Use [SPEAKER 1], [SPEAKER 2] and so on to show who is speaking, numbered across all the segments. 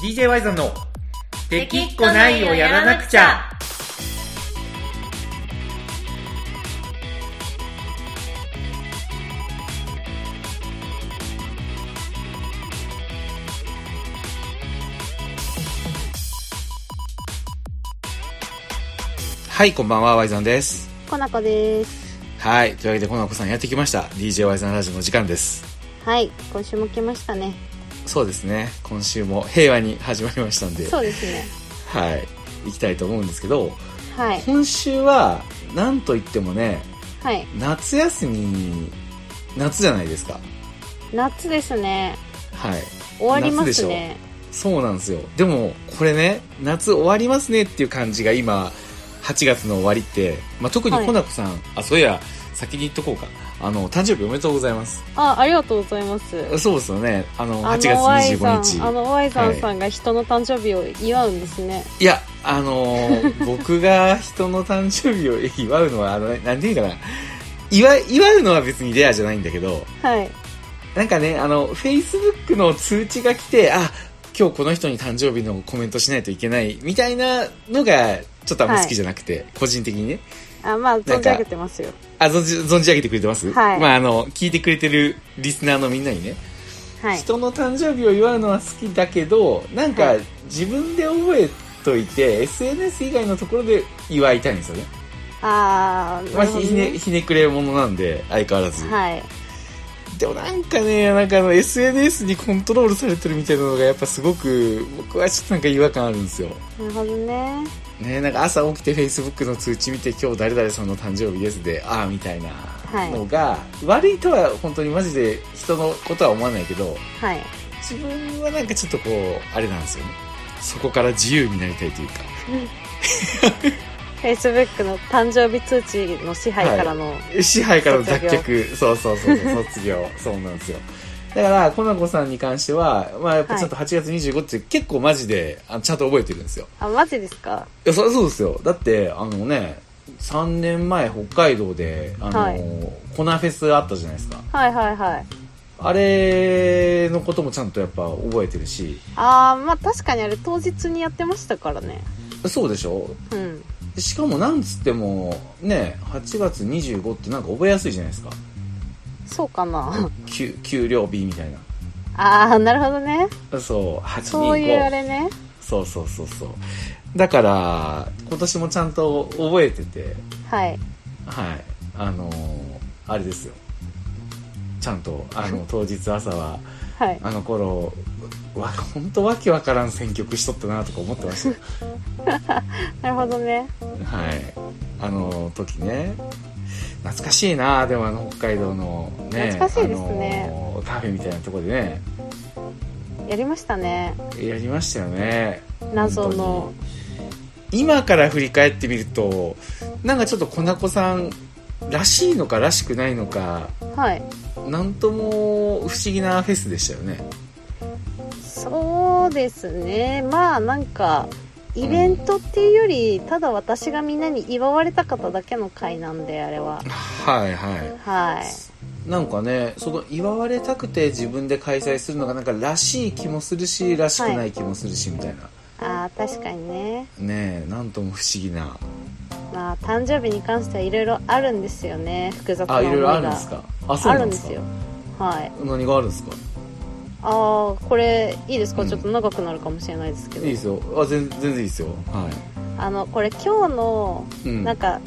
[SPEAKER 1] DJ ワイゾンの「できっこないをやらなくちゃ」はいこんばんはワイゾンです
[SPEAKER 2] コナコです。
[SPEAKER 1] はいというわけでこの子さんやってきました DJ ワイゾンラジオの時間です
[SPEAKER 2] はい、今週も来ましたね。
[SPEAKER 1] そうですね今週も平和に始まりましたんで
[SPEAKER 2] そうですね。
[SPEAKER 1] はい行きたいと思うんですけど
[SPEAKER 2] はい、
[SPEAKER 1] 今週はなんといってもね
[SPEAKER 2] はい、
[SPEAKER 1] 夏休み夏じゃないですか
[SPEAKER 2] 夏ですね。
[SPEAKER 1] はい
[SPEAKER 2] 終わりますね。
[SPEAKER 1] そうなんですよでもこれね夏終わりますねっていう感じが今8月の終わりって、まあ、特に
[SPEAKER 2] はい
[SPEAKER 1] コナコさん、あそういや先に言っとこうかあの誕生日おめでとうございます
[SPEAKER 2] あ、ありがとうござ います。
[SPEAKER 1] そうですよねあの
[SPEAKER 2] あ
[SPEAKER 1] 8月
[SPEAKER 2] のワイさ
[SPEAKER 1] 25
[SPEAKER 2] ん
[SPEAKER 1] 日
[SPEAKER 2] あのワイザ
[SPEAKER 1] は
[SPEAKER 2] ン
[SPEAKER 1] い
[SPEAKER 2] さんが人の誕生日を祝うんですね。
[SPEAKER 1] いや、あの ー僕が人の誕生日を祝うのは、あの、なんていうかな。祝い、祝うのは別にレアじゃないんだけど、
[SPEAKER 2] はい、
[SPEAKER 1] なんかね、あの、Facebook の通知が来て、あ、今日この人に誕生日のコメントしないといけない、みたいなのが、ちょっとあんま好きじゃなくて、個人的にね。
[SPEAKER 2] あ、まあ存じ上げてますよ。
[SPEAKER 1] あ、存じ、存じ上げてくれてます
[SPEAKER 2] はい
[SPEAKER 1] まあ、あの、聞いてくれてるリスナーのみんなにね、
[SPEAKER 2] はい、
[SPEAKER 1] 人の誕生日を祝うのは好きだけどなんか
[SPEAKER 2] はい
[SPEAKER 1] 自分で覚えといて SNS 以外のところで祝いたいんですよね,、
[SPEAKER 2] あー、
[SPEAKER 1] まあ、
[SPEAKER 2] なるほど
[SPEAKER 1] ひね
[SPEAKER 2] ね。
[SPEAKER 1] ひねくれ者なんで相変わらず、
[SPEAKER 2] はい、
[SPEAKER 1] でもなんかねなんかあの SNS にコントロールされてるみたいなのがやっぱすごく僕はちょっとなんか違和感あるんですよ
[SPEAKER 2] なるほどね。
[SPEAKER 1] ね、なんか朝起きて Facebook の通知見て今日誰々さんの誕生日ですでああみたいなのが、悪いとは本当にマジで人のことは思わないけど
[SPEAKER 2] はい、
[SPEAKER 1] 自分はなんかちょっとこうあれなんですよねそこから自由になりたいというか
[SPEAKER 2] Facebook の誕生日通知の支配からの、
[SPEAKER 1] 支配からの脱
[SPEAKER 2] 卒
[SPEAKER 1] 却そうそうそうそう卒業 そうなんですよだからコナコさんに関しては、まあ、やっぱちゃんと8月25って結構マジであちゃんと覚えてるんですよ
[SPEAKER 2] あ、マジですか。
[SPEAKER 1] いやそりゃそうですよだってあのね3年前北海道であの、
[SPEAKER 2] はい
[SPEAKER 1] コナフェスあったじゃないですか
[SPEAKER 2] はいはいはい。
[SPEAKER 1] あれのこともちゃんとやっぱ覚えてるし
[SPEAKER 2] あー、まあ確かにあれ当日にやってましたからね。
[SPEAKER 1] そうでしょ
[SPEAKER 2] うん。
[SPEAKER 1] しかもなんつってもね8月25ってなんか覚えやすいじゃないですか
[SPEAKER 2] そうかな。
[SPEAKER 1] 給給料日みたい
[SPEAKER 2] ああ、なるほどね。
[SPEAKER 1] なそう825
[SPEAKER 2] そういうあれね。
[SPEAKER 1] そうそうそうそうだから今年もちゃんと覚えてて
[SPEAKER 2] はい。
[SPEAKER 1] はいあのーあれですよちゃんとあ の当日朝は
[SPEAKER 2] はい。
[SPEAKER 1] あの頃わ本当わけわからん選曲しとったなとか思ってましたよ
[SPEAKER 2] なるほどね。
[SPEAKER 1] はいあの時ね懐かしいなでもあの北海道のね
[SPEAKER 2] 懐かしいですね
[SPEAKER 1] あのーカフェみたいなとこでね
[SPEAKER 2] やりましたね。
[SPEAKER 1] やりましたよね
[SPEAKER 2] 謎の。
[SPEAKER 1] 今から振り返ってみるとなんかちょっと粉子さんらしいのからしくないのか
[SPEAKER 2] はい。
[SPEAKER 1] なんとも不思議なフェスでしたよね
[SPEAKER 2] そうですね。まあなんか、イベントっていうより、ただ私がみんなに祝われた方だけの会なんで、あれは。
[SPEAKER 1] はいは
[SPEAKER 2] はい。
[SPEAKER 1] いなんかねその祝われたくて自分で開催するのがなんからしい気もするしらしくない気もするしみたいな、
[SPEAKER 2] ああ、確かにね。
[SPEAKER 1] ねえなんとも不思議な
[SPEAKER 2] まあ誕生日に関してはいろいろあるんですよね。複雑な
[SPEAKER 1] あ
[SPEAKER 2] 思い
[SPEAKER 1] い
[SPEAKER 2] が。
[SPEAKER 1] ろいろあるんですかあそう
[SPEAKER 2] あ
[SPEAKER 1] な
[SPEAKER 2] る
[SPEAKER 1] ん
[SPEAKER 2] ん
[SPEAKER 1] で
[SPEAKER 2] です
[SPEAKER 1] か
[SPEAKER 2] すよ。はい。
[SPEAKER 1] 何があるんですか
[SPEAKER 2] ああ、これいいですか、
[SPEAKER 1] うん
[SPEAKER 2] ちょっと長くなるかもしれないですけ
[SPEAKER 1] いい
[SPEAKER 2] ど。
[SPEAKER 1] ですよあ全全然いいですよは
[SPEAKER 2] あの、これ今日の
[SPEAKER 1] い、うん、
[SPEAKER 2] なんか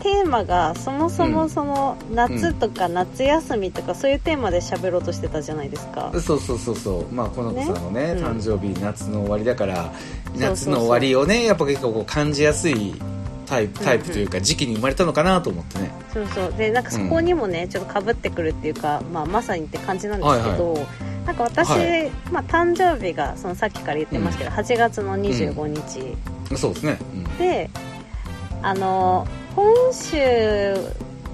[SPEAKER 2] テーマがそもそもその夏とか夏休みとかそういうテーマで喋ろうとしてたじゃないですか、
[SPEAKER 1] そうそうそうそうまあこの子さんのね
[SPEAKER 2] ねうん
[SPEAKER 1] 誕生日夏の終わりだから
[SPEAKER 2] そうそう
[SPEAKER 1] 夏の終わりをねやっぱ結構こう感じやすいタイプタイプというか時期に生まれたのかなと思ってね
[SPEAKER 2] そうそうでなんかそこにもね、ちょっとかぶってくるっていうか、まあ、まさにって感じなんですけど、なんか私、
[SPEAKER 1] は
[SPEAKER 2] まあ、誕生日がそのさっきから言ってますけど、8月の25日、
[SPEAKER 1] そうですね、
[SPEAKER 2] であの本州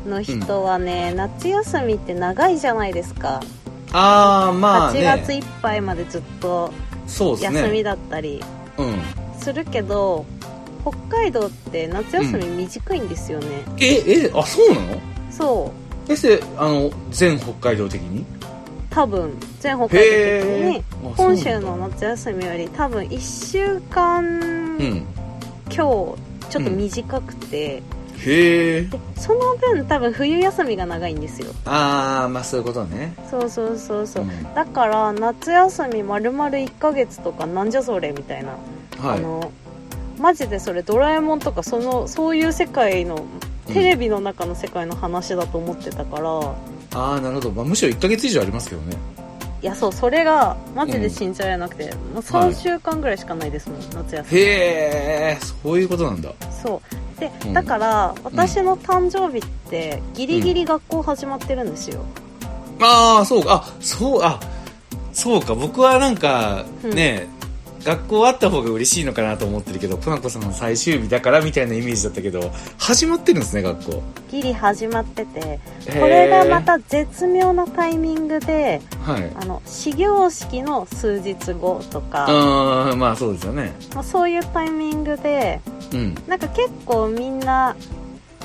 [SPEAKER 2] の人はね、夏休みって長いじゃないですか、
[SPEAKER 1] うん、ああまあ
[SPEAKER 2] 8
[SPEAKER 1] ね
[SPEAKER 2] 月いっぱいまでずっと
[SPEAKER 1] そうですね
[SPEAKER 2] 休みだったり、
[SPEAKER 1] うん
[SPEAKER 2] するけど北海道って夏休み短いんですよね、
[SPEAKER 1] ええあそうなの
[SPEAKER 2] そ
[SPEAKER 1] えそれあの全北海道的に
[SPEAKER 2] う多分全北海道的
[SPEAKER 1] へ
[SPEAKER 2] に
[SPEAKER 1] え、は
[SPEAKER 2] 今週の夏休みより多分1週間
[SPEAKER 1] う
[SPEAKER 2] 今
[SPEAKER 1] ん。
[SPEAKER 2] 日ちょっと短くて、
[SPEAKER 1] へえ。
[SPEAKER 2] でその分多分冬休みが長いんですよ
[SPEAKER 1] ああ、まあそういうことね。
[SPEAKER 2] そうそうそうそう、
[SPEAKER 1] ん
[SPEAKER 2] だから夏休み丸々1ヶ月とかなんじゃそれみたいな、あ
[SPEAKER 1] は
[SPEAKER 2] のマジでそれドラえもんとかそのそういう世界の
[SPEAKER 1] い。
[SPEAKER 2] テレビの中の世界の話だと思ってたから、
[SPEAKER 1] ああ、なるほど。まあむしろ1ヶ月以上ありますけどね。
[SPEAKER 2] いやそうそれがマジで信じられなくて、もう
[SPEAKER 1] は
[SPEAKER 2] 3
[SPEAKER 1] い
[SPEAKER 2] 週間ぐらいしかないですもん、夏休み
[SPEAKER 1] へえ、そういうことなんだ。
[SPEAKER 2] そうで、
[SPEAKER 1] うん
[SPEAKER 2] だから私の誕生日ってギリギリ学校始まってるんですよ、
[SPEAKER 1] ああ、そうか。あ、そう、あ、そうか。僕はなんか、
[SPEAKER 2] うん
[SPEAKER 1] ね、学校あった方が嬉しいのかなと思ってるけど、ポナコさんの最終日だからみたいなイメージだったけど、始まってるんですね、学校。
[SPEAKER 2] ギリ始まってて
[SPEAKER 1] へー
[SPEAKER 2] これがま、た絶妙なタイミングで
[SPEAKER 1] はい。
[SPEAKER 2] あの始業式の数日後とか、
[SPEAKER 1] ああ、まあそうですよね。
[SPEAKER 2] まあ、そういうタイミングで
[SPEAKER 1] うん。
[SPEAKER 2] なんか結構みんな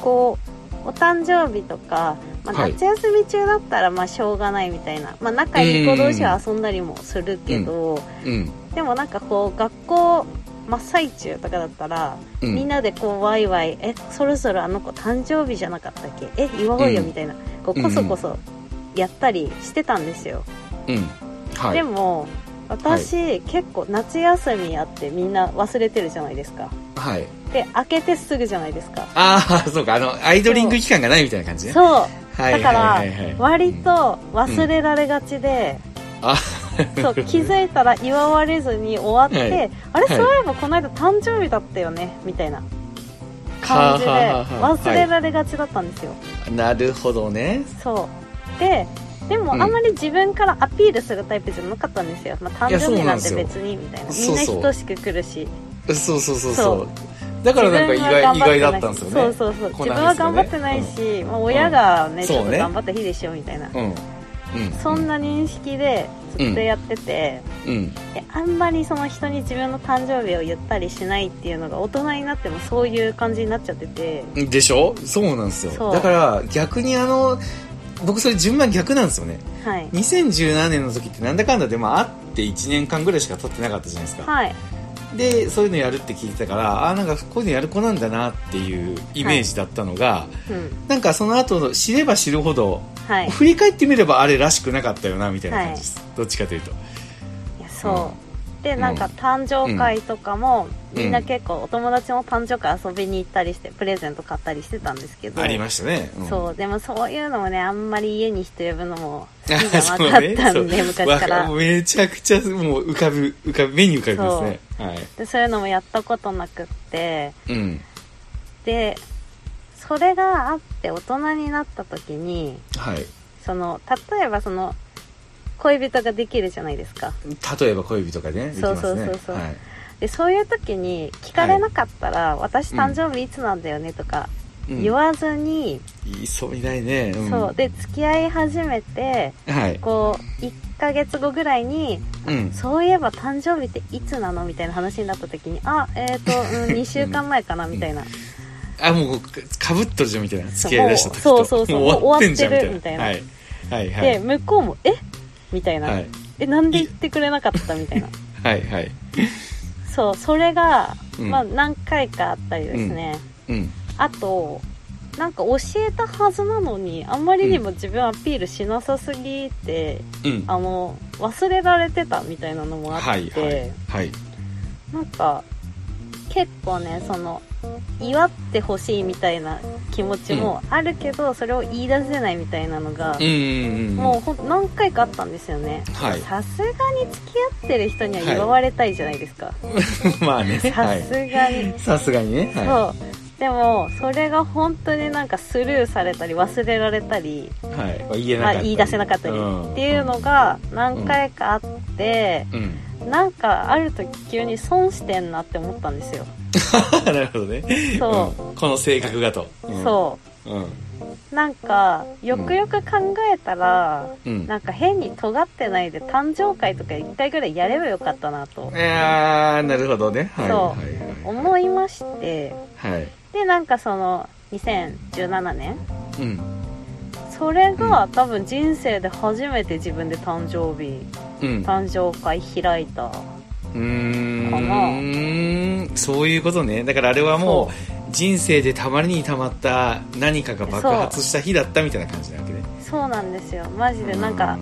[SPEAKER 2] こうお誕生日とか、まあ、
[SPEAKER 1] はい
[SPEAKER 2] 夏休み中だったらまあしょうがないみたいな、まあ、仲いい子同士は遊んだりもするけど、
[SPEAKER 1] うん。
[SPEAKER 2] でもなんかこう学校真っ最中とかだったら、
[SPEAKER 1] うん、
[SPEAKER 2] みんなでこうワイワイえそろそろあの子誕生日じゃなかったっけえ祝おうよ
[SPEAKER 1] うん
[SPEAKER 2] みたいな、こうこそこそやったりしてたんですよ、
[SPEAKER 1] うん。はい。
[SPEAKER 2] でも私、結構夏休みやってみんな忘れてるじゃないですか
[SPEAKER 1] はい。
[SPEAKER 2] で開けてすぐじゃないですか
[SPEAKER 1] ああ、そうか。あの、アイドリング期間がないみたいな感じね。
[SPEAKER 2] そう
[SPEAKER 1] は
[SPEAKER 2] だ
[SPEAKER 1] い
[SPEAKER 2] か
[SPEAKER 1] は
[SPEAKER 2] ら
[SPEAKER 1] いはいはい。
[SPEAKER 2] 割と忘れられがちで、
[SPEAKER 1] あ
[SPEAKER 2] そう気づいたら祝われずに終わって、
[SPEAKER 1] は
[SPEAKER 2] あれ
[SPEAKER 1] は
[SPEAKER 2] そ
[SPEAKER 1] いう
[SPEAKER 2] いえばこの間誕生日だったよねみたいな感じで
[SPEAKER 1] はあはあはあ
[SPEAKER 2] 忘れられがちだったんですよ、
[SPEAKER 1] なるほどね。
[SPEAKER 2] そうででも
[SPEAKER 1] うん
[SPEAKER 2] あんまり自分からアピールするタイプじゃなかったんですよ、まあ、誕
[SPEAKER 1] いやそ
[SPEAKER 2] 生
[SPEAKER 1] う
[SPEAKER 2] 日
[SPEAKER 1] な
[SPEAKER 2] なんん
[SPEAKER 1] で
[SPEAKER 2] て
[SPEAKER 1] すよ
[SPEAKER 2] 別にみたいなみん
[SPEAKER 1] そう
[SPEAKER 2] な
[SPEAKER 1] そう
[SPEAKER 2] 等しく来るし
[SPEAKER 1] そうそうそう
[SPEAKER 2] そ
[SPEAKER 1] そうう。だからなんか意
[SPEAKER 2] 自分は
[SPEAKER 1] 外、意外だ
[SPEAKER 2] 頑張
[SPEAKER 1] ったんです
[SPEAKER 2] て
[SPEAKER 1] よ
[SPEAKER 2] ない
[SPEAKER 1] ね。
[SPEAKER 2] そうそうそう
[SPEAKER 1] こ
[SPEAKER 2] 自
[SPEAKER 1] んな
[SPEAKER 2] 分
[SPEAKER 1] 話ですよ
[SPEAKER 2] は頑
[SPEAKER 1] ね
[SPEAKER 2] 張ってないし、まあ、親がね、
[SPEAKER 1] うん
[SPEAKER 2] ちょっ
[SPEAKER 1] そう
[SPEAKER 2] と
[SPEAKER 1] ね
[SPEAKER 2] 頑張った日でしょみたいな、
[SPEAKER 1] うん。うん。
[SPEAKER 2] そんな認識でずっとやってて、
[SPEAKER 1] うん。
[SPEAKER 2] であんまりその人に自分の誕生日を言ったりしないっていうのが大人になってもそういう感じになっちゃってて
[SPEAKER 1] うん。でしょそうなんです
[SPEAKER 2] そ
[SPEAKER 1] よ。
[SPEAKER 2] う
[SPEAKER 1] だから、逆にあの、僕それ順番逆なんですよね。
[SPEAKER 2] はい
[SPEAKER 1] 2017年の時ってなんだかんだでもあって1年間ぐらいしか経ってなかったじゃないですか。
[SPEAKER 2] はい
[SPEAKER 1] でそういうのやるって聞いてたからああなんかこういうのやる子なんだなっていうイメージだったのが、
[SPEAKER 2] うん
[SPEAKER 1] なんかその後の知れば知るほど、
[SPEAKER 2] はい
[SPEAKER 1] 振り返ってみればあれらしくなかったよなみたいな感じです、どっちかというと
[SPEAKER 2] いやそうでなんか誕生会とかも、
[SPEAKER 1] うん
[SPEAKER 2] みんな結構お友達の誕生会遊びに行ったりしてプレゼント買ったりしてたんですけど
[SPEAKER 1] ありましたね、うん
[SPEAKER 2] そうでもそういうのもねあんまり家に人呼ぶのも 好きじゃな
[SPEAKER 1] そ
[SPEAKER 2] か
[SPEAKER 1] う
[SPEAKER 2] ったんで、
[SPEAKER 1] そう
[SPEAKER 2] 昔か
[SPEAKER 1] わ
[SPEAKER 2] ら
[SPEAKER 1] めちゃくちゃもう浮かぶ浮かぶ目に浮かびますねはい
[SPEAKER 2] でそういうのもやったことなくって
[SPEAKER 1] うん
[SPEAKER 2] でそれがあって大人になった時に
[SPEAKER 1] はい
[SPEAKER 2] その例えばその恋人ができるじゃないですか
[SPEAKER 1] 例えば恋人がねできますね
[SPEAKER 2] そうそうそうそう
[SPEAKER 1] はい、
[SPEAKER 2] でそういう時に聞かれなかったら「私誕生日いつなんだよね」とか
[SPEAKER 1] うん
[SPEAKER 2] 言わずに、
[SPEAKER 1] 言いそうにないね、ん
[SPEAKER 2] そうで付き合い始めて
[SPEAKER 1] はい
[SPEAKER 2] こう1ヶ月後ぐらいに
[SPEAKER 1] うん
[SPEAKER 2] そういえば誕生日っていつなのみたいな話になった時にあえっ、と、 うん、2週間前かなみたいな
[SPEAKER 1] あ、もう、かぶっとるじゃんみたいな。付き合い出した時と。
[SPEAKER 2] そうそうそう
[SPEAKER 1] も終わってんじゃん
[SPEAKER 2] もう終わ
[SPEAKER 1] み
[SPEAKER 2] って
[SPEAKER 1] た
[SPEAKER 2] る
[SPEAKER 1] いな。はい。はいは
[SPEAKER 2] で
[SPEAKER 1] い。
[SPEAKER 2] 向こうも「えみたいな、
[SPEAKER 1] はい。
[SPEAKER 2] えなんで言ってくれなかったみたいな
[SPEAKER 1] はいはい。
[SPEAKER 2] そうそれが、
[SPEAKER 1] うん
[SPEAKER 2] まあ何回かあったりですね、
[SPEAKER 1] うん。
[SPEAKER 2] あとなんか教えたはずなのにあんまりにも自分アピールしなさすぎて、
[SPEAKER 1] うん。
[SPEAKER 2] あの忘れられてたみたいなのもあって、
[SPEAKER 1] はいはい。はい。
[SPEAKER 2] なんか結構ねその祝ってほしいみたいな気持ちもあるけど、それを言い出せないみたいなのが
[SPEAKER 1] う、ん。
[SPEAKER 2] もうほんと何回かあったんですよね
[SPEAKER 1] はい
[SPEAKER 2] さすがに付き合ってる人には祝われたいじゃない ですか、
[SPEAKER 1] うん。まあね。は
[SPEAKER 2] さ
[SPEAKER 1] い
[SPEAKER 2] す。がに、
[SPEAKER 1] さすがにね。は
[SPEAKER 2] そうでもそれが本当になんかスルーされたり忘れられたり、
[SPEAKER 1] い。はい。まあ言えな
[SPEAKER 2] ま
[SPEAKER 1] かっ
[SPEAKER 2] あ、
[SPEAKER 1] た。
[SPEAKER 2] 言い出せなかったり
[SPEAKER 1] ん
[SPEAKER 2] っていうの。が何回かあって、
[SPEAKER 1] うん。
[SPEAKER 2] なんかある時急に損してんなって思ったんですよ
[SPEAKER 1] なるほどね。
[SPEAKER 2] そ
[SPEAKER 1] うん。この性格がと。。
[SPEAKER 2] そう
[SPEAKER 1] うん。
[SPEAKER 2] うなんかよくよく考えたら、
[SPEAKER 1] うん。
[SPEAKER 2] なんか変に尖ってないで誕生会とか1回ぐらいやればよかったなと
[SPEAKER 1] あー、なるほどね。はい。
[SPEAKER 2] そう
[SPEAKER 1] はい
[SPEAKER 2] 思いまして
[SPEAKER 1] はい。はい。
[SPEAKER 2] でなんかその2017年
[SPEAKER 1] うん。
[SPEAKER 2] それが多分人生で初めて自分で誕生日
[SPEAKER 1] うん。
[SPEAKER 2] 誕生会開いた
[SPEAKER 1] うーんそういうことねだからあれはもう人生でたまりにたまった何かが爆発した日だったみたいな感じなわけね
[SPEAKER 2] そうなんですよマジでなん
[SPEAKER 1] う
[SPEAKER 2] か
[SPEAKER 1] ん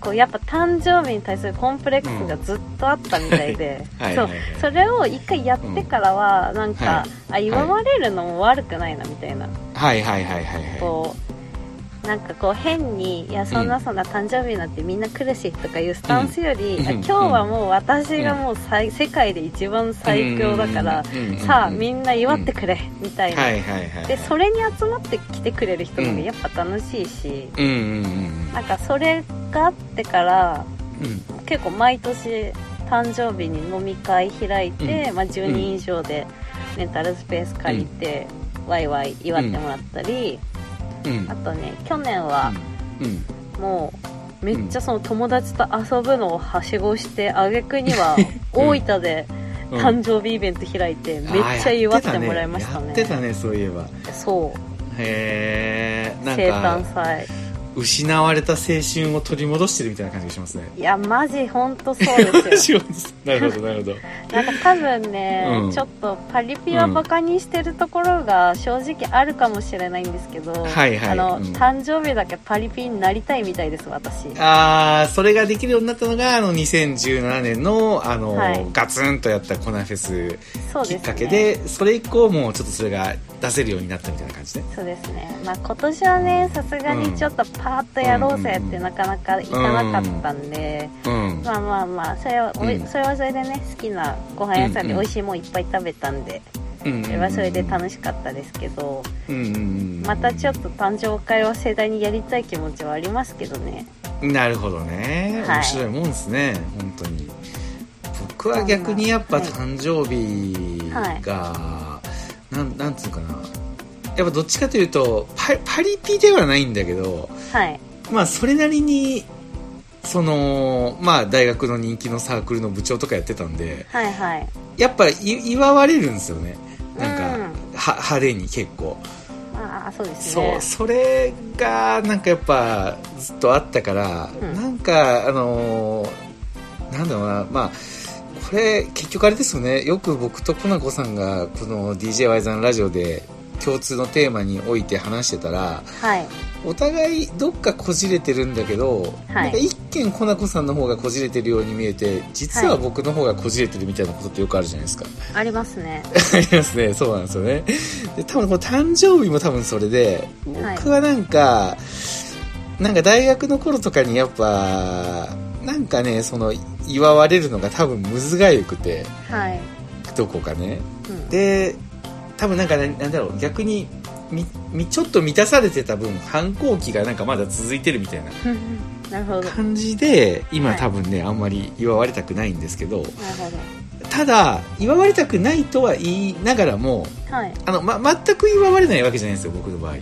[SPEAKER 2] こうやっぱ誕生日に対するコンプレックスがずっとあったみたいで、
[SPEAKER 1] うんはい
[SPEAKER 2] そう
[SPEAKER 1] はいはいはい
[SPEAKER 2] それを一回やってからはなんか
[SPEAKER 1] は、
[SPEAKER 2] あ祝われるのも悪くないなみたいな、
[SPEAKER 1] はいはいはいはいは
[SPEAKER 2] こうなんかこう変に「いやそんなそんな誕生日なんてみんな来るし」とかいうスタンスより、
[SPEAKER 1] うん
[SPEAKER 2] あ今日はもう私がもう最、世界で一番
[SPEAKER 1] い
[SPEAKER 2] 最強だから、さあみんな祝ってくれ、みたいな、
[SPEAKER 1] はいはいはい
[SPEAKER 2] でそれに集まってきてくれる人の方
[SPEAKER 1] う
[SPEAKER 2] が
[SPEAKER 1] ん
[SPEAKER 2] やっぱ楽しいし、
[SPEAKER 1] うんうんうん
[SPEAKER 2] なんかそれがあってから
[SPEAKER 1] うん
[SPEAKER 2] 結構毎年誕生日に飲み会開いて、まあ、10人以上でレンタルスペース借りて、ワイワイ祝ってもらったり、
[SPEAKER 1] うんうん
[SPEAKER 2] あとね去年は
[SPEAKER 1] うん
[SPEAKER 2] もうめっちゃその友達と遊ぶのをはしごして挙句には大分で
[SPEAKER 1] うん
[SPEAKER 2] 誕生日イベント開いてめっちゃ祝ってもらいましたね
[SPEAKER 1] やってたねそういえば
[SPEAKER 2] そう
[SPEAKER 1] へえなん
[SPEAKER 2] 生誕
[SPEAKER 1] か
[SPEAKER 2] 祭
[SPEAKER 1] 失われた青春を取り戻してるみたいな感じがしますね
[SPEAKER 2] いやマジ本当そ うですよ
[SPEAKER 1] なるほどなるほど
[SPEAKER 2] なんか多分ね、
[SPEAKER 1] うん
[SPEAKER 2] ちょっとパリピはバカにしてるところが正直あるかもしれないんですけど、
[SPEAKER 1] はいはい
[SPEAKER 2] あの、
[SPEAKER 1] うん
[SPEAKER 2] 誕生日だけパリピになりたいみたいです私
[SPEAKER 1] あーそれができるようになったのがあの2017年のあの、
[SPEAKER 2] はい
[SPEAKER 1] ガツンとやったコナフェス
[SPEAKER 2] そう
[SPEAKER 1] き
[SPEAKER 2] で
[SPEAKER 1] っ
[SPEAKER 2] す
[SPEAKER 1] か
[SPEAKER 2] ね
[SPEAKER 1] けでそれ以降もうちょっとそれが出せるようになったみたいな感じね
[SPEAKER 2] そうですね、まあ、今年はねさすがにちょっとパーッとやろうぜってなかなかいかなかったんで、
[SPEAKER 1] うん
[SPEAKER 2] まあまあまあそれはおい、
[SPEAKER 1] うん
[SPEAKER 2] それはそれでね好きなご飯屋さんで美味しいもんいっぱい食べたんで、
[SPEAKER 1] うん
[SPEAKER 2] それはそれで楽しかったですけど、
[SPEAKER 1] うんうんうん
[SPEAKER 2] またちょっと誕生会を盛大にやりたい気持ちはありますけどね
[SPEAKER 1] なるほどね、
[SPEAKER 2] はい
[SPEAKER 1] 面白いもんですね本当に僕は逆にやっぱ
[SPEAKER 2] はい
[SPEAKER 1] 誕生日が、なんなんつうかなやっぱどっちかというとパパリピではないんだけど
[SPEAKER 2] はい
[SPEAKER 1] まあそれなりにそのまあ大学の人気のサークルの部長とかやってたんで
[SPEAKER 2] はいはい
[SPEAKER 1] やっぱい祝われるんですよねなんか、
[SPEAKER 2] うん
[SPEAKER 1] は派手に結構
[SPEAKER 2] ああそうです
[SPEAKER 1] そ
[SPEAKER 2] ね
[SPEAKER 1] うそれがなんかやっぱずっとあったから、
[SPEAKER 2] うん
[SPEAKER 1] なんかあのーなんだろうなまあこれ結局あれですよねよく僕とコナコさんがこの DJY ザンラジオで共通のテーマにおいて話してたら
[SPEAKER 2] はい
[SPEAKER 1] お互いどっかこじれてるんだけど、なんか一見コナコさんの方がこじれてるように見えて実は
[SPEAKER 2] はい
[SPEAKER 1] 僕の方がこじれてるみたいなことってよくあるじゃないですか。
[SPEAKER 2] あります ね
[SPEAKER 1] ありますねそうなんですよねで多分この誕生日も多分それで
[SPEAKER 2] はい
[SPEAKER 1] 僕はなんか、なんか大学の頃とかにやっぱなんかねその祝われるのが多分むずがゆくて
[SPEAKER 2] はい、
[SPEAKER 1] どこかね
[SPEAKER 2] うん、
[SPEAKER 1] で多分なんかななんだろう逆にみみちょっと満たされてた分反抗期がなんかまだ続いてるみたいな
[SPEAKER 2] なるほ どなる
[SPEAKER 1] 感じで今
[SPEAKER 2] はい
[SPEAKER 1] 多分ねあんまり祝われたくないんですけど
[SPEAKER 2] ほ
[SPEAKER 1] ただ祝われたくないとは言いながらも
[SPEAKER 2] どはい
[SPEAKER 1] あの、ま、全く祝われないわけじゃないんですよ、僕の場合。
[SPEAKER 2] は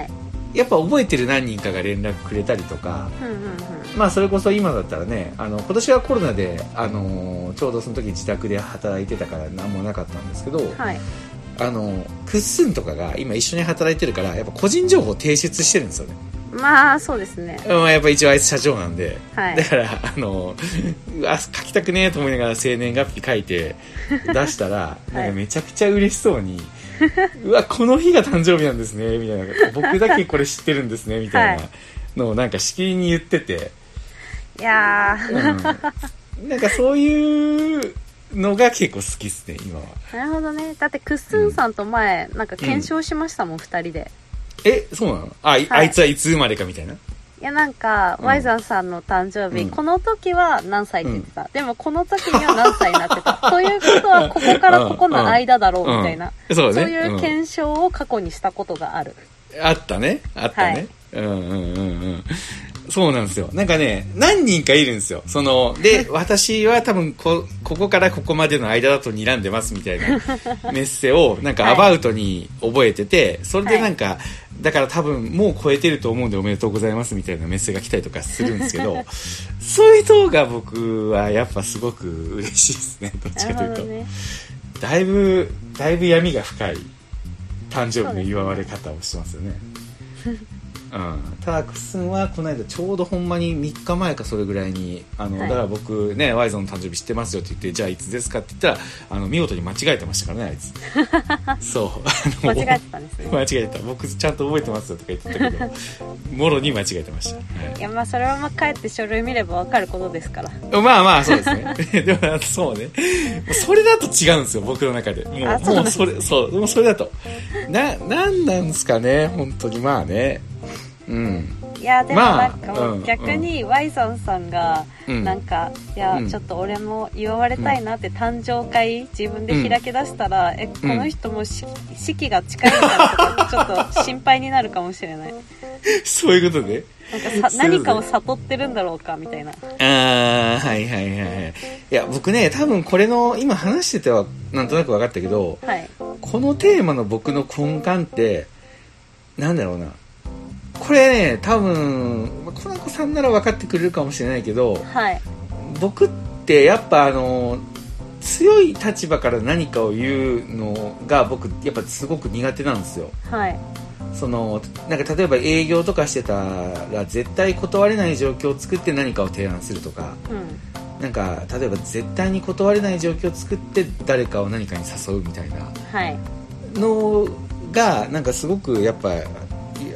[SPEAKER 2] い
[SPEAKER 1] やっぱ覚えてる何人かが連絡くれたりとか、
[SPEAKER 2] うんうんうん
[SPEAKER 1] まあそれこそ今だったらね、あの、今年はコロナで、あのーちょうどその時自宅で働いてたから何もなかったんですけど、
[SPEAKER 2] はい
[SPEAKER 1] あのークッスンとかが今一緒に働いてるから、やっぱ個人情報を提出してるんですよね。
[SPEAKER 2] まあそうですね
[SPEAKER 1] まあやっぱ一応あいつ社長なんで、
[SPEAKER 2] はい
[SPEAKER 1] だから、あのー、うわ書きたくねえと思いながら生年月日書いて出した ら、
[SPEAKER 2] い
[SPEAKER 1] なんかめちゃくちゃ嬉しそうに、 うわ、この日が誕生日なんですね、みたいな。僕だけこれ知ってるんですね、みたいな
[SPEAKER 2] はい
[SPEAKER 1] のをなんかしきりに言ってて、
[SPEAKER 2] いや ー
[SPEAKER 1] うん、なんかそういうのが結構好きっすね、今は。
[SPEAKER 2] なるほどねだってクッスンさんと前なんか検証しましたもん、二人で
[SPEAKER 1] え、そうなのあ、い
[SPEAKER 2] はい
[SPEAKER 1] あいつはいつ生まれかみたいな。
[SPEAKER 2] いやなんか、
[SPEAKER 1] うん
[SPEAKER 2] ワイザンさんの誕生日、
[SPEAKER 1] うん
[SPEAKER 2] この時は何歳って言ってた、でもこの時には何歳になって たということはここからここの間だろうみたいな、
[SPEAKER 1] うんそうね。
[SPEAKER 2] そういう
[SPEAKER 1] うん
[SPEAKER 2] 検証を過去にしたことがある、
[SPEAKER 1] あったね。あったね。うんうんうんうん。そうなんですよ。なんかね、何人かいるんですよ。その、 で、私は多分こ、ここからここまでの間だと睨んでますみたい なメッセを、なんか
[SPEAKER 2] はい
[SPEAKER 1] アバウトに覚えてて、それでなんか、だから多分もう超えてると思うんでおめでとうございますみたいなメッセが来たりとかするんですけど、 そういう方が僕はやっぱすごく嬉しいですね。どっちかと
[SPEAKER 2] な
[SPEAKER 1] いう
[SPEAKER 2] るほ
[SPEAKER 1] と。
[SPEAKER 2] どね
[SPEAKER 1] だいぶ、 だいぶ闇が深い誕生日の祝われ方をしてますよね。ううん、ただクッスンはこの間ちょうどほんまに3日前かそれぐらいにあの、
[SPEAKER 2] はい
[SPEAKER 1] だから僕ねワイゾンの誕生日知ってますよって言ってじゃあいつですかって言ったらあの見事に間違えてましたからねあい つそうあ
[SPEAKER 2] 間
[SPEAKER 1] の
[SPEAKER 2] 違えてたんですね
[SPEAKER 1] 間違えた僕ちゃんと覚えてますよとか言ってたけどもろに間違えてました、はい
[SPEAKER 2] いやまあそれはまあ帰って書類見ればわかることですから
[SPEAKER 1] まあまあそうですね でもそうねもうそれだと違うんですよ僕の中でも
[SPEAKER 2] あ
[SPEAKER 1] う
[SPEAKER 2] そ
[SPEAKER 1] も
[SPEAKER 2] うなん
[SPEAKER 1] う
[SPEAKER 2] です
[SPEAKER 1] それそうもうそれだとななんなんですかね本当にまあねうん
[SPEAKER 2] いやでも
[SPEAKER 1] ま
[SPEAKER 2] な
[SPEAKER 1] あ
[SPEAKER 2] んかも
[SPEAKER 1] うん
[SPEAKER 2] う逆にワイソンさんが
[SPEAKER 1] うん
[SPEAKER 2] なんか、いうや
[SPEAKER 1] ん
[SPEAKER 2] ちょっと俺も祝われたいなって誕生会自分で開け出したら、えこの人も式式が近いんだとかちょっと心配になるかもしれない
[SPEAKER 1] そういうことで、
[SPEAKER 2] なん か
[SPEAKER 1] そうそう
[SPEAKER 2] さ何かを悟ってるんだろうかみたいな
[SPEAKER 1] ああ、はいはいはいはい。いや、僕ね、多分これの、今話してては、なんとなく分かったけど、
[SPEAKER 2] はい
[SPEAKER 1] このテーマの僕の根幹って、なんだろうな。これね、多分、まあコナコさんなら分かってくれるかもしれないけど、
[SPEAKER 2] はい
[SPEAKER 1] 僕ってやっぱあの、強い立場から何かを言うのが僕、やっぱすごく苦手なんですよ。
[SPEAKER 2] はい
[SPEAKER 1] そのなんか例えば営業とかしてたら絶対断れない状況を作って何かを提案するとか
[SPEAKER 2] うん
[SPEAKER 1] なんか例えば絶対に断れない状況を作って誰かを何かに誘うみたいな
[SPEAKER 2] はい
[SPEAKER 1] のがなんかすごくやっぱい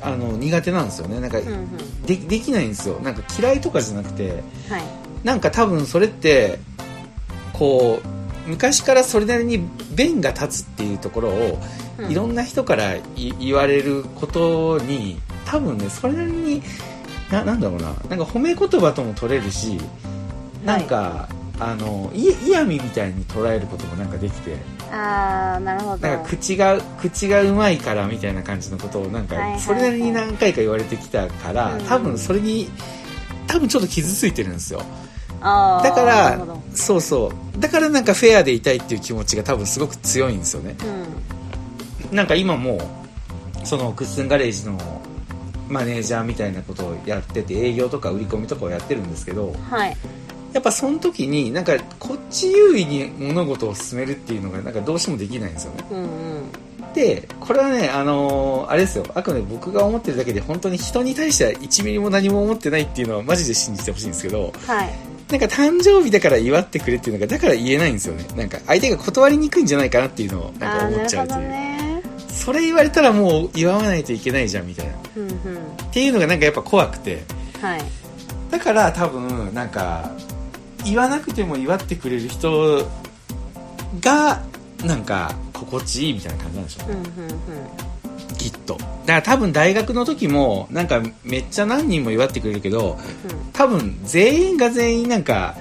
[SPEAKER 1] あの苦手なんですよねなんか、
[SPEAKER 2] うんうん
[SPEAKER 1] でできないんですよなんか嫌いとかじゃなくて
[SPEAKER 2] はい
[SPEAKER 1] なんか多分それってこう昔からそれなりに弁が立つっていうところを
[SPEAKER 2] うん
[SPEAKER 1] いろんな人からい言われることに多分ねそれなりにななんだろうななんか褒め言葉とも取れるしなんか、あのい嫌味みたいに捉えることもなんかできて
[SPEAKER 2] ああなるほど
[SPEAKER 1] なんか口が口がうまいからみたいな感じのことをなん
[SPEAKER 2] はいはいは
[SPEAKER 1] か
[SPEAKER 2] い
[SPEAKER 1] それなりに何回か言われてきたから、
[SPEAKER 2] うん
[SPEAKER 1] 多分それに多分ちょっと傷ついてるんですよ
[SPEAKER 2] あー
[SPEAKER 1] だか
[SPEAKER 2] な
[SPEAKER 1] ら
[SPEAKER 2] るほど
[SPEAKER 1] そうそうだからなんかフェアでいたいっていう気持ちが多分すごく強いんですよね
[SPEAKER 2] うん
[SPEAKER 1] なんか今もうそのクッスンガレージのマネージャーみたいなことをやってて営業とか売り込みとかをやってるんですけど
[SPEAKER 2] はい
[SPEAKER 1] やっぱその時になんかこっち優位に物事を進めるっていうのがなんかどうしてもできないんですよね
[SPEAKER 2] うんうん
[SPEAKER 1] でこれはねあのーあれですよあくまで僕が思ってるだけで本当に人に対しては1ミリも何も思ってないっていうのはマジで信じてほしいんですけど
[SPEAKER 2] はい
[SPEAKER 1] なんか誕生日だから祝ってくれっていうのがだから言えないんですよねなんか相手が断りにくいんじゃないかなっていうのを
[SPEAKER 2] あ
[SPEAKER 1] なんか
[SPEAKER 2] あー
[SPEAKER 1] 思
[SPEAKER 2] な
[SPEAKER 1] っち
[SPEAKER 2] る
[SPEAKER 1] ゃ
[SPEAKER 2] ほ
[SPEAKER 1] うと
[SPEAKER 2] ど
[SPEAKER 1] いう、
[SPEAKER 2] ね
[SPEAKER 1] それ言われたらもう祝わないといけないじゃんみたいなっ
[SPEAKER 2] うんうん
[SPEAKER 1] ていうのがなんかやっぱ怖くて
[SPEAKER 2] はい
[SPEAKER 1] だから多分なんか言わなくても祝ってくれる人がなんか心地いいみたいな感じなんでしょうね
[SPEAKER 2] うんうんうん
[SPEAKER 1] きっとだから多分大学の時もなんかめっちゃ何人も祝ってくれるけど多分全員が全員なんか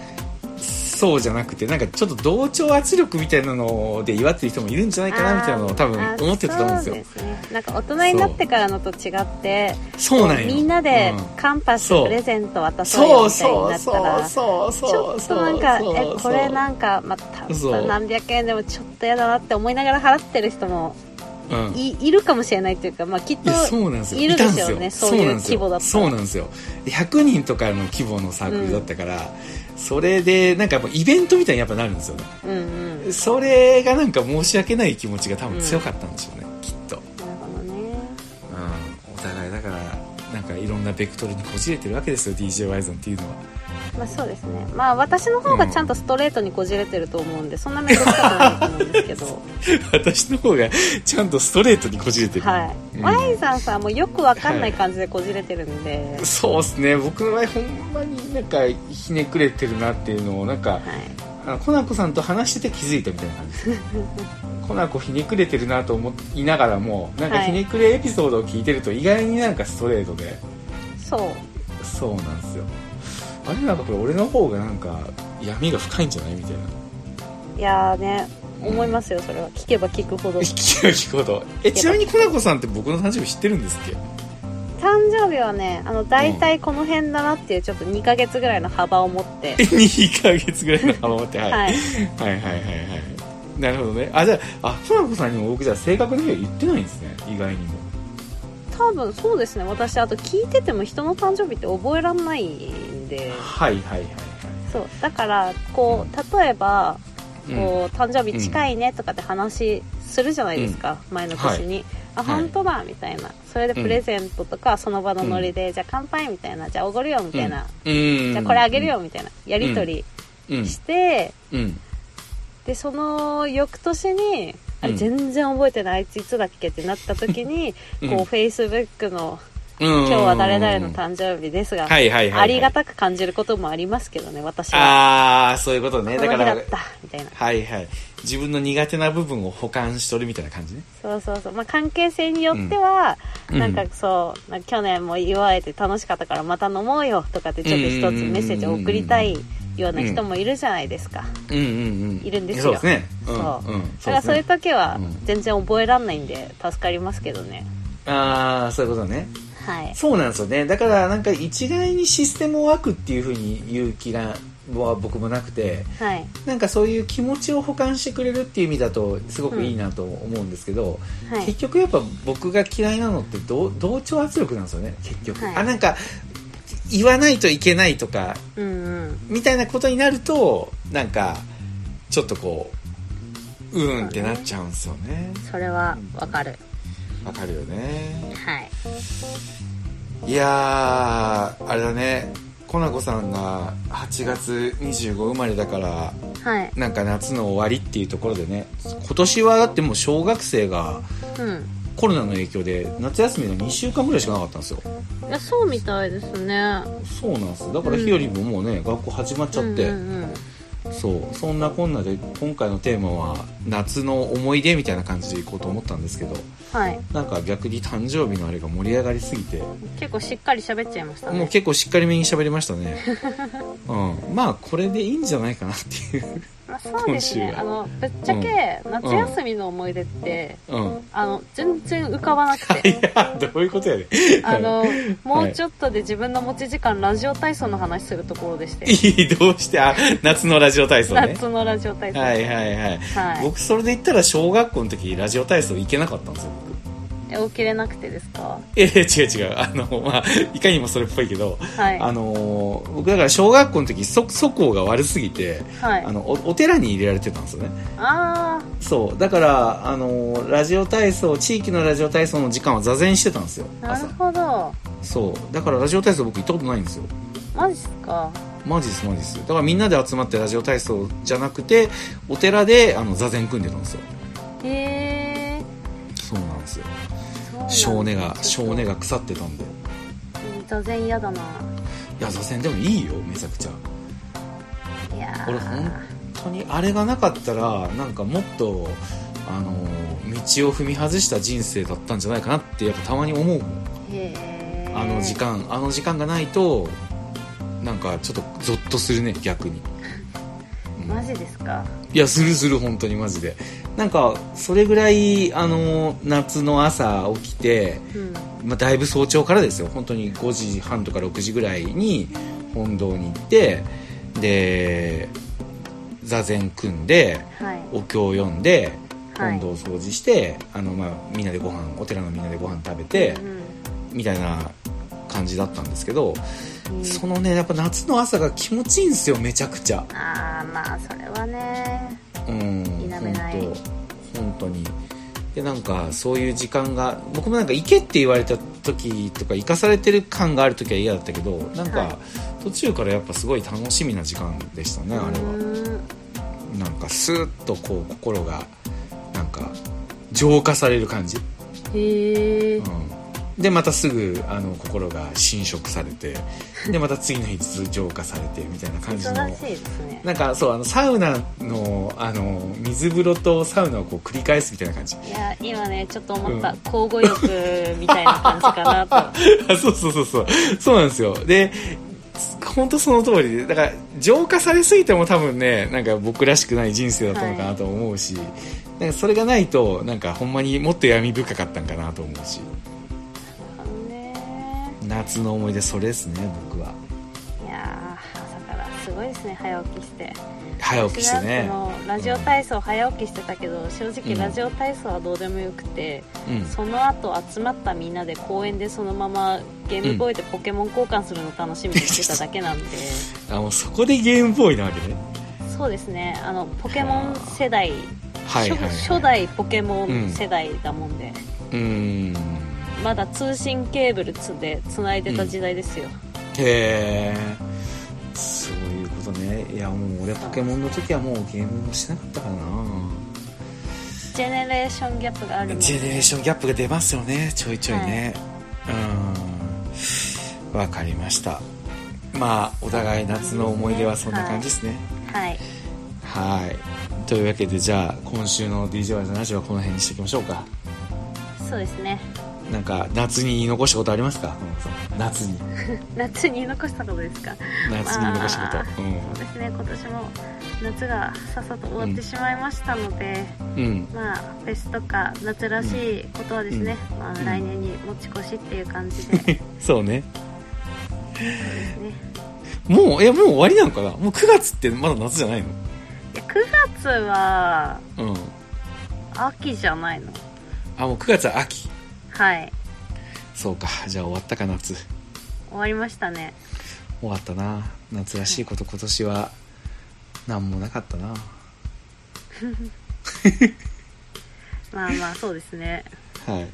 [SPEAKER 1] そうじゃなくてなんかちょっと同調圧力みたいなので祝ってる人もいるんじゃないかなみたいなのを多分思ってたと思うんですよ
[SPEAKER 2] あーそうですねなんか大人になってからのと違って
[SPEAKER 1] そうなんよ
[SPEAKER 2] みんなで
[SPEAKER 1] うん
[SPEAKER 2] カンパス
[SPEAKER 1] そう
[SPEAKER 2] プレゼント渡そうよ
[SPEAKER 1] そう
[SPEAKER 2] みたいに
[SPEAKER 1] そ
[SPEAKER 2] な
[SPEAKER 1] う
[SPEAKER 2] った
[SPEAKER 1] そう
[SPEAKER 2] ら
[SPEAKER 1] そう
[SPEAKER 2] ち
[SPEAKER 1] そ
[SPEAKER 2] ょ
[SPEAKER 1] う
[SPEAKER 2] っとなんか
[SPEAKER 1] そう
[SPEAKER 2] えこれなんかまあたった
[SPEAKER 1] そう
[SPEAKER 2] 何百円でもちょっとやだなって思いながら払ってる人も
[SPEAKER 1] うん
[SPEAKER 2] いいるかもしれないというか、まあ、きっ
[SPEAKER 1] い
[SPEAKER 2] と
[SPEAKER 1] やそうなんですよ
[SPEAKER 2] いるで
[SPEAKER 1] たん
[SPEAKER 2] しょうねそういう
[SPEAKER 1] なんですよ
[SPEAKER 2] 規模だったら
[SPEAKER 1] そうなんですよ100人とかの規模のサークルだったから、それでなんかもうイベントみたいにやっぱなるんですよね
[SPEAKER 2] うんうんなる
[SPEAKER 1] それがなんか申し訳ない気持ちが多分強かったんでしょうね、きっと、
[SPEAKER 2] ほどね
[SPEAKER 1] うん、お互いだからなんかいろんなベクトルにこじれてるわけですよ d j ワイゾンっていうのは
[SPEAKER 2] まあそうですねまあ私の方がちゃんとストレートにこじれてると思うんでそんなめんどくさくないと思うんです けど
[SPEAKER 1] 私の方がちゃんとストレートにこじれてる、
[SPEAKER 2] はい、
[SPEAKER 1] うん
[SPEAKER 2] ワイさんさんもよくわかんない感じでこじれてるんで、はい
[SPEAKER 1] そうですね僕の場合ほんまになんかひねくれてるなっていうのをなんかあのコナコさんと話してて気づいたみたいな感じです コナコひねくれてるなと思いながらもなんか
[SPEAKER 2] はい
[SPEAKER 1] ひねくれエピソードを聞いてると意外になんかストレートで、
[SPEAKER 2] そう
[SPEAKER 1] そうなんですよあれなんかこれ俺の方がなんか闇が深いんじゃないみたいない
[SPEAKER 2] やーね思いますよそれは聞けば聞く ほど誕
[SPEAKER 1] 聞けば聞くほどえちなみにコナコさんって僕の誕生日知ってるんですっけ
[SPEAKER 2] 生日はねあの大体この辺だなっていうちょっと2ヶ月ぐらいの幅を持って
[SPEAKER 1] え2ヶ月ぐらいの幅持って、 はい
[SPEAKER 2] はい
[SPEAKER 1] はいはいはいはいなるほどねあじゃああコナコさんにも僕じゃあ正確な日は言ってないんですね意外にも
[SPEAKER 2] 多分そうですね私あと聞いてても人の誕生日って覚えらんないんで
[SPEAKER 1] はいはいはいはい
[SPEAKER 2] そうだからこう例えば
[SPEAKER 1] うん
[SPEAKER 2] こう誕生日近いねとかって話するじゃないですか、前の年に、あ
[SPEAKER 1] はい
[SPEAKER 2] 本当だみたいなそれでプレゼントとかその場のノリで、じゃあ乾杯みたいなじゃあおごるよみたいな、
[SPEAKER 1] うん
[SPEAKER 2] じゃあこれあげるよみたいなやり取
[SPEAKER 1] うん
[SPEAKER 2] りして、
[SPEAKER 1] うん
[SPEAKER 2] でその翌年にあれ
[SPEAKER 1] うん
[SPEAKER 2] 全然覚えてないあいついつだっけってなった時に、
[SPEAKER 1] うん
[SPEAKER 2] こうフェイスブックの「
[SPEAKER 1] 今
[SPEAKER 2] 今日は誰々の誕生日ですが」
[SPEAKER 1] はいはいはいはい
[SPEAKER 2] ありがたく感じることもありますけどね私は
[SPEAKER 1] ああそういうこと
[SPEAKER 2] こ
[SPEAKER 1] ね
[SPEAKER 2] の
[SPEAKER 1] だか
[SPEAKER 2] 日だ
[SPEAKER 1] ら
[SPEAKER 2] ったみたいな
[SPEAKER 1] はいはい自分の苦手な部分を保管しとるみたいな感じね
[SPEAKER 2] そうそうそう、まあ、関係性によっては、
[SPEAKER 1] うん
[SPEAKER 2] なんかそう、なんか去年も祝えて楽しかったからまた飲もうよとかってちょっと一つメッセージを送りたいような人もいるじゃないですか、
[SPEAKER 1] うんうんうん
[SPEAKER 2] いるんですよ
[SPEAKER 1] そうですね
[SPEAKER 2] そ
[SPEAKER 1] ん
[SPEAKER 2] う、
[SPEAKER 1] ん
[SPEAKER 2] それは
[SPEAKER 1] ですね
[SPEAKER 2] そういう時は
[SPEAKER 1] うん
[SPEAKER 2] 全然覚えらんないんで助かりますけどね
[SPEAKER 1] ああそういうことね
[SPEAKER 2] はい
[SPEAKER 1] そうなんですよねだからなんか一概にシステムを悪っていうふうに言う気がは僕もなくて
[SPEAKER 2] はい
[SPEAKER 1] なんかそういう気持ちを保管してくれるっていう意味だとすごくいいなと思うんですけど、
[SPEAKER 2] はい
[SPEAKER 1] 結局やっぱ僕が嫌いなのって同同調圧力なんですよね結局、
[SPEAKER 2] はい
[SPEAKER 1] あなんか言わないといけないとか
[SPEAKER 2] うんうん
[SPEAKER 1] みたいなことになるとなんかちょっとこううーんってなっちゃうんですよね
[SPEAKER 2] それはわかる
[SPEAKER 1] わかるよね
[SPEAKER 2] はい
[SPEAKER 1] いやーあれだねコナコさんが8月25生まれだから
[SPEAKER 2] はい
[SPEAKER 1] なんか夏の終わりっていうところでね今年はだってもう小学生が
[SPEAKER 2] うん
[SPEAKER 1] コロナの影響で夏休みが2週間ぐらいしかなかったんですよ
[SPEAKER 2] いやそうみたいですね
[SPEAKER 1] そうなんですだから日和ももうね、学校始まっちゃって、
[SPEAKER 2] うんうんうん
[SPEAKER 1] そうそんなこんなで今回のテーマは夏の思い出みたいな感じでいこうと思ったんですけど
[SPEAKER 2] はい
[SPEAKER 1] なんか逆に誕生日のあれが盛り上がりすぎて
[SPEAKER 2] 結構しっかり喋っちゃいました
[SPEAKER 1] もう
[SPEAKER 2] ね
[SPEAKER 1] 結構しっかりめに喋りましたね、 うん、まあこれでいいんじゃないかなっていう、
[SPEAKER 2] まあ、そうですね
[SPEAKER 1] 今週は
[SPEAKER 2] あのぶっちゃけ夏休みの思い出って、
[SPEAKER 1] うん、
[SPEAKER 2] あの全然浮かばな く
[SPEAKER 1] い
[SPEAKER 2] て
[SPEAKER 1] やどういうことやね
[SPEAKER 2] あのもうちょっとで自分の持ち時間ラジオ体操の話するところでして
[SPEAKER 1] いいどうしてあ夏のラジオ体操ね
[SPEAKER 2] 夏のラジオ体操
[SPEAKER 1] はいはいはい、
[SPEAKER 2] はい
[SPEAKER 1] 僕それで言ったら小学校の時ラジオ体操行けなかったんですよ僕
[SPEAKER 2] え起きれなくてですか
[SPEAKER 1] いやいや違う違うあのまあいかにもそれっぽいけど
[SPEAKER 2] はい
[SPEAKER 1] あのー僕だから小学校の時そ素行が悪すぎて、
[SPEAKER 2] はい
[SPEAKER 1] あのおお寺に入れられてたんですよね
[SPEAKER 2] あ
[SPEAKER 1] そうだから、あのーラジオ体操地域のラジオ体操の時間は座禅してたんですよ
[SPEAKER 2] ーなる
[SPEAKER 1] 朝
[SPEAKER 2] ほど
[SPEAKER 1] そうだからラジオ体操僕行ったことないんですよ
[SPEAKER 2] マジっすか
[SPEAKER 1] マジですマジですだからみんなで集まってラジオ体操じゃなくてお寺であの座禅組んでたんですよ
[SPEAKER 2] へえ
[SPEAKER 1] そうなんですよ
[SPEAKER 2] そうなんだ
[SPEAKER 1] 性根が
[SPEAKER 2] ちょ
[SPEAKER 1] 性
[SPEAKER 2] っと
[SPEAKER 1] 根が腐ってたんで
[SPEAKER 2] うん座禅嫌だない
[SPEAKER 1] いや座禅でもいいよめちゃくちゃ
[SPEAKER 2] やー
[SPEAKER 1] 俺本当にあれがなかったらなんかもっとあの道を踏み外した人生だったんじゃないかなってやっぱたまに思うもん
[SPEAKER 2] へえ
[SPEAKER 1] あの時間あの時間がないとなんかちょっとゾッとするね逆にうん
[SPEAKER 2] マジですか
[SPEAKER 1] いやするする本当にマジでなんかそれぐらいあの夏の朝起きて、
[SPEAKER 2] うん
[SPEAKER 1] まあ、だいぶ早朝からですよ本当に5時半とか6時ぐらいに本堂に行ってで座禅組んで
[SPEAKER 2] はい
[SPEAKER 1] お経を読んで
[SPEAKER 2] は
[SPEAKER 1] 本
[SPEAKER 2] い
[SPEAKER 1] 堂を掃除して、あのまあみんなでご飯お寺のみんなでご飯食べて、みたいな感じだったんですけど、
[SPEAKER 2] うんうん
[SPEAKER 1] そのねやっぱ夏の朝が気持ちいいんですよめちゃくちゃ
[SPEAKER 2] ああまあそれはね
[SPEAKER 1] うん
[SPEAKER 2] 否めない
[SPEAKER 1] 本当本当にでなんかそういう時間が僕もなんか行けって言われた時とか行かされてる感がある時は嫌だったけどなん
[SPEAKER 2] はい
[SPEAKER 1] か途中からやっぱすごい楽しみな時間でしたねあれは。
[SPEAKER 2] は
[SPEAKER 1] なんかスーッとこう心がなんか浄化される感じ、
[SPEAKER 2] へえ
[SPEAKER 1] うん、でまたすぐあの心が侵食されてでまた次の日浄化されてみたいな感じの
[SPEAKER 2] 忙しいですね
[SPEAKER 1] なんかそうあのサウナのあの水風呂とサウナをこう繰り返すみたいな感じ
[SPEAKER 2] いや今ねちょっと思った、
[SPEAKER 1] うん
[SPEAKER 2] 交互浴みたいな感じか なと
[SPEAKER 1] あ そうそうそうそうそうなんですよで本当その通りでだから浄化されすぎても多分ねなんか僕らしくない人生だったのかなと思うし、なんかそれがないとなんかほんまにもっと闇深かったんかなと思うし
[SPEAKER 2] あのね
[SPEAKER 1] 夏の思い出それですね僕はい
[SPEAKER 2] やー朝からすごいですね早起きして
[SPEAKER 1] 早起きして
[SPEAKER 2] 私
[SPEAKER 1] ね
[SPEAKER 2] はそのラジオ体操早起きしてたけど正直
[SPEAKER 1] うん
[SPEAKER 2] ラジオ体操はどうでもよくて、
[SPEAKER 1] うん
[SPEAKER 2] その後集まったみんなで公園でそのままゲームボーイでポケモン交換するの楽しみにしてただ けなんで
[SPEAKER 1] あもうそこでゲームボーイなわけね
[SPEAKER 2] そうですねあのポケモン世代
[SPEAKER 1] はいはい、はい、
[SPEAKER 2] 初初代ポケモン世代だもんで、
[SPEAKER 1] うん
[SPEAKER 2] まだ通信ケーブルつで繋いでた時代ですよ、
[SPEAKER 1] へえそういうことねいやもう俺ポケモンの時はもうゲームもしてなかったからな
[SPEAKER 2] ジェネレーションギャップがあるもん
[SPEAKER 1] ジェネレーションギャップが出ますよねちょいちょいね、うんわかりましたまあお互い夏の思い出はそんな感じですね
[SPEAKER 2] はい
[SPEAKER 1] はいというわけでじゃあ今週の DJY のラジオはこの辺にしていきましょうか
[SPEAKER 2] そうですね
[SPEAKER 1] なんか夏に言い残したことありますか野本さん夏に
[SPEAKER 2] 夏に残したことですか
[SPEAKER 1] 夏に言い残したこと
[SPEAKER 2] そうですね今年も夏がさっさと終わってしまいましたので、
[SPEAKER 1] うんうん
[SPEAKER 2] まあフェスとか夏らしいことはですね、まあ、
[SPEAKER 1] ん
[SPEAKER 2] 来年に持ち越しっていう感じでそうで
[SPEAKER 1] そうね
[SPEAKER 2] すね
[SPEAKER 1] もうえもう終わりなんかなもう9月ってまだ夏じゃないの
[SPEAKER 2] いや9月は
[SPEAKER 1] うん
[SPEAKER 2] 秋じゃないの
[SPEAKER 1] あもう9月は秋
[SPEAKER 2] はい
[SPEAKER 1] そうかじゃあ終わったか夏
[SPEAKER 2] 終わりましたね
[SPEAKER 1] 終わったな夏らしいこと今年は何もなかったな
[SPEAKER 2] まあまあそうですね
[SPEAKER 1] は
[SPEAKER 2] はい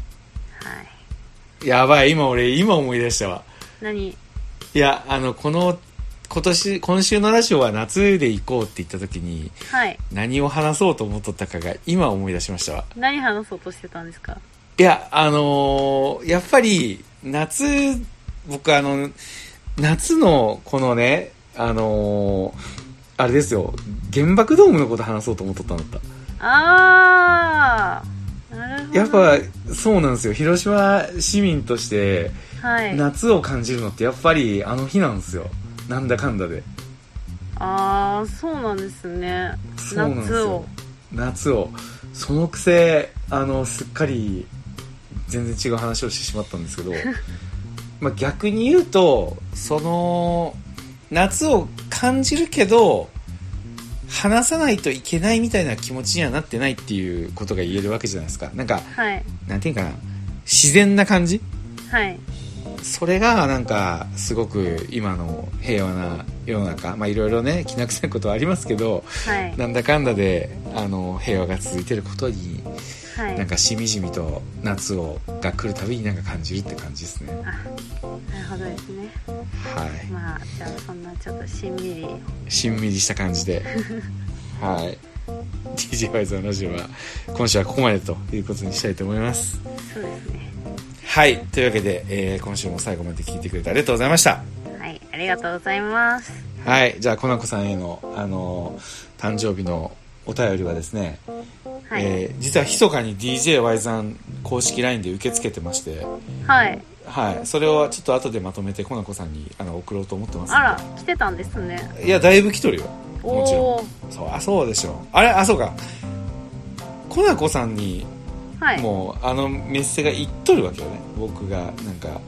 [SPEAKER 1] いやばい今俺今思い出したわ
[SPEAKER 2] 何
[SPEAKER 1] いやあのこの今年今週のラジオは夏で行こうって言った時に
[SPEAKER 2] はい
[SPEAKER 1] 何を話そうと思っとったかが今思い出しましたわ
[SPEAKER 2] 何話そうとしてたんですか
[SPEAKER 1] いや、あのーやっぱり、夏、僕あの、夏の、このね、あのーあれですよ、原爆ドームのこと話そうと思っとったんだった。
[SPEAKER 2] ああなるほど
[SPEAKER 1] やっぱ、そうなんですよ、広島市民として、
[SPEAKER 2] はい
[SPEAKER 1] 夏を感じるのってやっぱりあの日なんですよ。なんだかんだで。
[SPEAKER 2] ああそうなんですね
[SPEAKER 1] そうなんです
[SPEAKER 2] 夏を
[SPEAKER 1] よ。夏を。そのくせ、あの、すっかり、全然違う話をしてしまったんですけど、 まあ逆に言うと、その、夏を感じるけど、話さないといけないみたいな気持ちにはなってないっていうことが言えるわけじゃないですか。なんか、
[SPEAKER 2] はい
[SPEAKER 1] なんていうかな、自然な感じ
[SPEAKER 2] はい
[SPEAKER 1] それがなんかすごく今の平和な世の中まあいろいろねきな臭いことはありますけど
[SPEAKER 2] はい
[SPEAKER 1] なんだかんだであの平和が続いてることに
[SPEAKER 2] はい
[SPEAKER 1] なんかしみじみと夏をが来るたびになんか感じるって感じですね
[SPEAKER 2] あなるほどですね
[SPEAKER 1] は
[SPEAKER 2] まあじゃあそんなちょっとしんみり
[SPEAKER 1] いしんみりした感じ ではい DJ ワイズのラジオは今週はここまでということにしたいと思います
[SPEAKER 2] そうですね
[SPEAKER 1] はいというわけで、えー今週も最後まで聞いてくれてありがとうございました
[SPEAKER 2] はいありがとうございます
[SPEAKER 1] はい、じゃあ、コナコさんへの、あのー誕生日のお便りはですね、
[SPEAKER 2] はい、
[SPEAKER 1] えー実は密かに DJY さん公式 LINE で受け付けてまして、
[SPEAKER 2] はい
[SPEAKER 1] はい、それをちょっと後でまとめてコナコさんにあの送ろうと思ってます
[SPEAKER 2] あら来てたんですね
[SPEAKER 1] いや、だいぶ来とるよ。もち
[SPEAKER 2] お
[SPEAKER 1] ろ
[SPEAKER 2] お
[SPEAKER 1] ん。そう、あ、そうでしょ。あれ、あ、そうか。コナコさんに、
[SPEAKER 2] はい
[SPEAKER 1] もう、あのメッセが言っとるわけよね。僕が、なんか、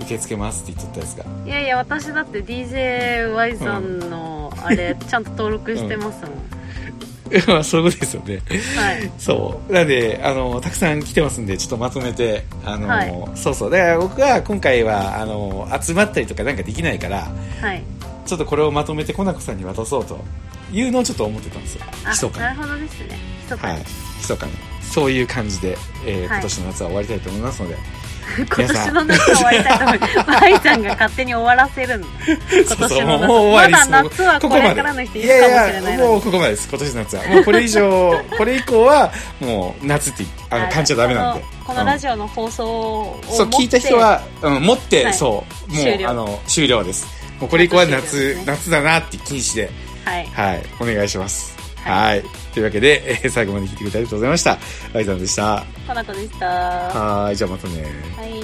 [SPEAKER 1] 受け付けますって言っとったやつが。
[SPEAKER 2] いやいや私だって DJY さんのあれ、ちゃんと登録してます もん、
[SPEAKER 1] まあそういうことですよね。
[SPEAKER 2] はい
[SPEAKER 1] そう。なんで、あの、たくさん来てますんで、ちょっとまとめて、あの、
[SPEAKER 2] はい
[SPEAKER 1] そうそう。だから僕は今回は、あの、集まったりとかなんかできないから、
[SPEAKER 2] はい
[SPEAKER 1] ちょっとこれをまとめてコナコさんに渡そうというのをちょっと思ってたんですよ。密
[SPEAKER 2] あ
[SPEAKER 1] か
[SPEAKER 2] な
[SPEAKER 1] に。
[SPEAKER 2] るほどですねひそか
[SPEAKER 1] はい
[SPEAKER 2] に、。
[SPEAKER 1] 密かに。そういう感じで、えー
[SPEAKER 2] はい
[SPEAKER 1] 今年の夏は終わりたいと思いますので、
[SPEAKER 2] 今年の夏は終わりたいと思います Y ちゃんが勝手に終わら せるの今
[SPEAKER 1] そうそ
[SPEAKER 2] 年
[SPEAKER 1] う も
[SPEAKER 2] の
[SPEAKER 1] う
[SPEAKER 2] 夏
[SPEAKER 1] もう終わりです。
[SPEAKER 2] まだ夏は
[SPEAKER 1] もう
[SPEAKER 2] これからの人い
[SPEAKER 1] い
[SPEAKER 2] るかもし
[SPEAKER 1] や
[SPEAKER 2] れない
[SPEAKER 1] い
[SPEAKER 2] のに
[SPEAKER 1] や、もうここまでです。今年の夏は。もうこれ以 上、これ以降は、もう夏ってあの
[SPEAKER 2] はい
[SPEAKER 1] 感じちゃダメなんで。
[SPEAKER 2] このこの
[SPEAKER 1] うん
[SPEAKER 2] ラジオの放送を
[SPEAKER 1] そう
[SPEAKER 2] 持って
[SPEAKER 1] 聞いた人は、うん、持って、
[SPEAKER 2] はい
[SPEAKER 1] そうも
[SPEAKER 2] 終
[SPEAKER 1] う
[SPEAKER 2] 了
[SPEAKER 1] あの終了ですもうこれ以降は夏、
[SPEAKER 2] 終了ですね
[SPEAKER 1] 夏だなって禁止で
[SPEAKER 2] はい
[SPEAKER 1] はいお願いしますはいというわけで、えー最後まで聞いてくれてありがとうございましたライザンでした
[SPEAKER 2] かなこでしたは
[SPEAKER 1] はいじゃあまたね
[SPEAKER 2] い